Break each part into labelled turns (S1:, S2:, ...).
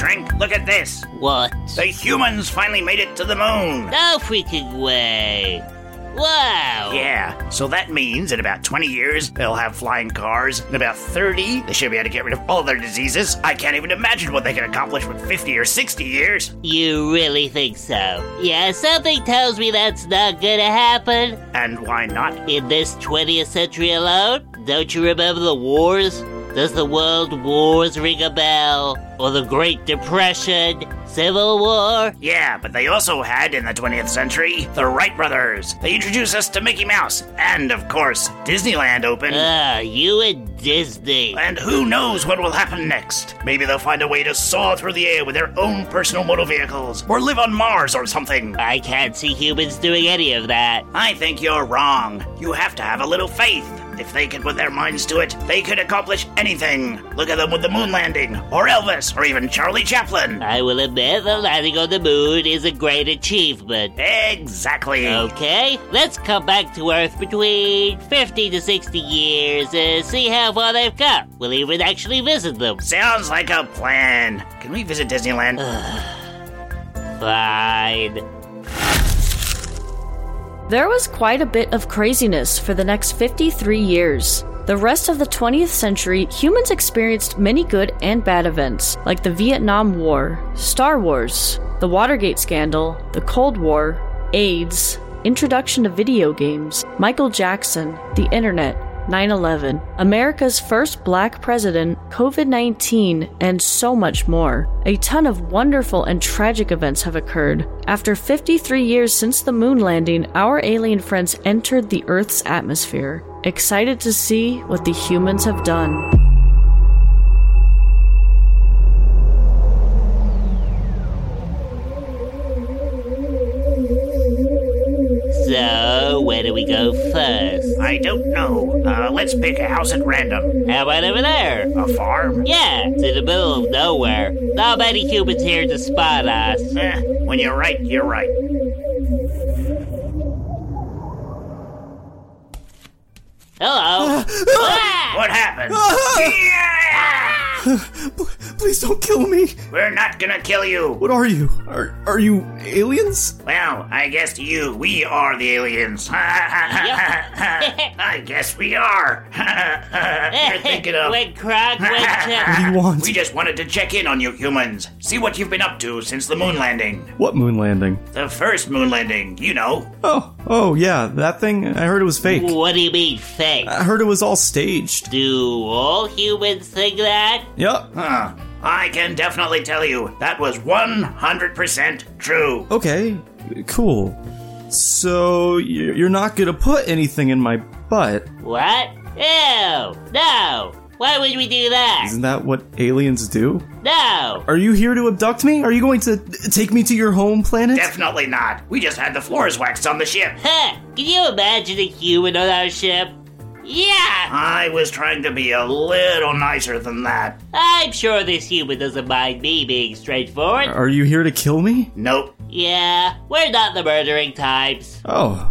S1: at this.
S2: What?
S1: The humans finally made it to the moon.
S2: No freaking way. Wow.
S1: Yeah, so that means in about 20 years, they'll have flying cars. In about 30, they should be able to get rid of all their diseases. I can't even imagine what they can accomplish with 50 or 60 years.
S2: You really think so? Yeah, something tells me that's not gonna happen.
S1: And why not?
S2: In this 20th century alone, don't you remember the wars? Does the world wars ring a bell? Or the Great Depression? Civil War?
S1: Yeah, but they also had in the 20th century the Wright brothers. They introduced us to Mickey Mouse. And, of course, Disneyland opened.
S2: Ah, you and Disney.
S1: And who knows what will happen next? Maybe they'll find a way to soar through the air with their own personal motor vehicles, or live on Mars or something.
S2: I can't see humans doing any of that.
S1: I think you're wrong. You have to have a little faith. If they could put their minds to it, they could accomplish anything. Look at them with the moon landing, or Elvis, or even Charlie Chaplin.
S2: I will admit the landing on the moon is a great achievement.
S1: Exactly.
S2: Okay, let's come back to Earth between 50 to 60 years and see how far they've come. We'll even actually visit them.
S1: Sounds like a plan. Can we visit Disneyland?
S2: Fine.
S3: There was quite a bit of craziness for the next 53 years. The rest of the 20th century, humans experienced many good and bad events, like the Vietnam War, Star Wars, the Watergate scandal, the Cold War, AIDS, introduction to video games, Michael Jackson, the internet, 9 11, America's first black president, COVID 19, and so much more. A ton of wonderful and tragic events have occurred. After 53 years since the moon landing, our alien friends entered the Earth's atmosphere, excited to see what the humans have done.
S2: So, where do we go first?
S1: I don't know. Uh, let's pick a house at random.
S2: How about over there?
S1: A farm?
S2: Yeah, it's in the middle of nowhere. Not many humans here to spot us.
S1: Eh, when you're right, you're right.
S2: Hello. Ah!
S1: What happened?
S4: Please don't kill me.
S1: We're not gonna kill you.
S4: What are you? Are are you aliens?
S1: Well, I guess you, we are the aliens. I guess we are. You're thinking of.
S2: Ah! When Krog went
S4: What do
S2: to...
S4: you want?
S1: We just wanted to check in on you humans, see what you've been up to since the moon landing.
S4: What moon landing?
S1: The first moon landing, you know.
S4: Oh, oh yeah, that thing. I heard it was fake.
S2: What do you mean, fake?
S4: I heard it was all staged.
S2: Do all humans think that?
S4: Yup.
S1: Huh. Uh, I can definitely tell you that was 100% true.
S4: Okay. Cool. So y- you're not gonna put anything in my butt?
S2: What? Ew! No! Why would we do that?
S4: Isn't that what aliens do?
S2: No!
S4: Are you here to abduct me? Are you going to take me to your home planet?
S1: Definitely not. We just had the floors waxed on the ship.
S2: Huh! Can you imagine a human on our ship? Yeah!
S1: I was trying to be a little nicer than that.
S2: I'm sure this human doesn't mind me being straightforward.
S4: Are you here to kill me?
S1: Nope.
S2: Yeah, we're not the murdering types.
S4: Oh.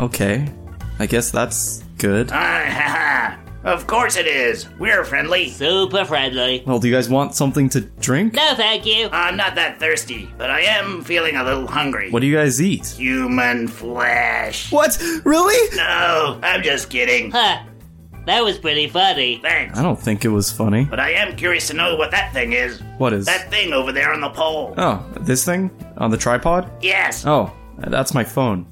S4: Okay. I guess that's good.
S1: Ah, of course it is. We're friendly.
S2: Super friendly.
S4: Well, do you guys want something to drink?
S2: No, thank you.
S1: I'm not that thirsty, but I am feeling a little hungry.
S4: What do you guys eat?
S1: Human flesh.
S4: What? Really?
S1: No, I'm just kidding.
S2: Huh. That was pretty funny.
S1: Thanks.
S4: I don't think it was funny.
S1: But I am curious to know what that thing is.
S4: What is?
S1: That thing over there on the pole.
S4: Oh, this thing? On the tripod?
S1: Yes.
S4: Oh, that's my phone.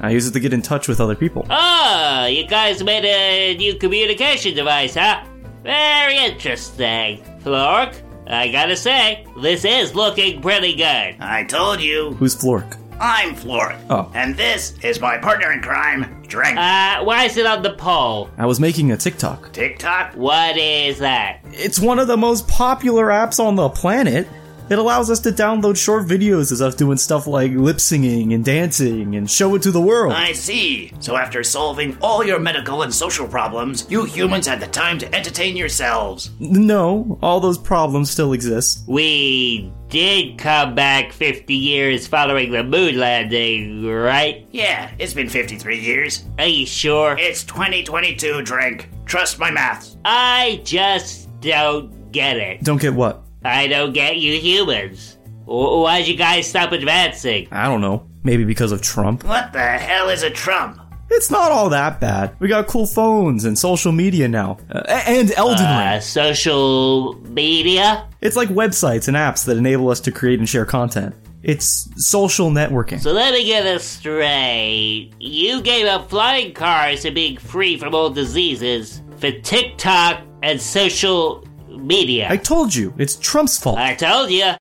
S4: I use it to get in touch with other people.
S2: Oh, you guys made a new communication device, huh? Very interesting. Flork, I gotta say, this is looking pretty good.
S1: I told you.
S4: Who's Flork?
S1: I'm Florida.
S4: Oh.
S1: And this is my partner in crime, Drink.
S2: Uh, why is it on the pole?
S4: I was making a TikTok.
S1: TikTok?
S2: What is that?
S4: It's one of the most popular apps on the planet. It allows us to download short videos of us doing stuff like lip singing and dancing and show it to the world.
S1: I see. So after solving all your medical and social problems, you humans had the time to entertain yourselves.
S4: No, all those problems still exist.
S2: We did come back 50 years following the moon landing, right?
S1: Yeah, it's been 53 years.
S2: Are you sure?
S1: It's 2022, Drink. Trust my math.
S2: I just don't get it.
S4: Don't get what?
S2: I don't get you humans. W- Why'd you guys stop advancing?
S4: I don't know. Maybe because of Trump.
S1: What the hell is a Trump?
S4: It's not all that bad. We got cool phones and social media now. Uh, a- and Elden
S2: Uh,
S4: Ring.
S2: social media?
S4: It's like websites and apps that enable us to create and share content. It's social networking.
S2: So let me get this straight. You gave up flying cars and being free from all diseases for TikTok and social media.
S4: I told you, it's Trump's fault.
S2: I told you.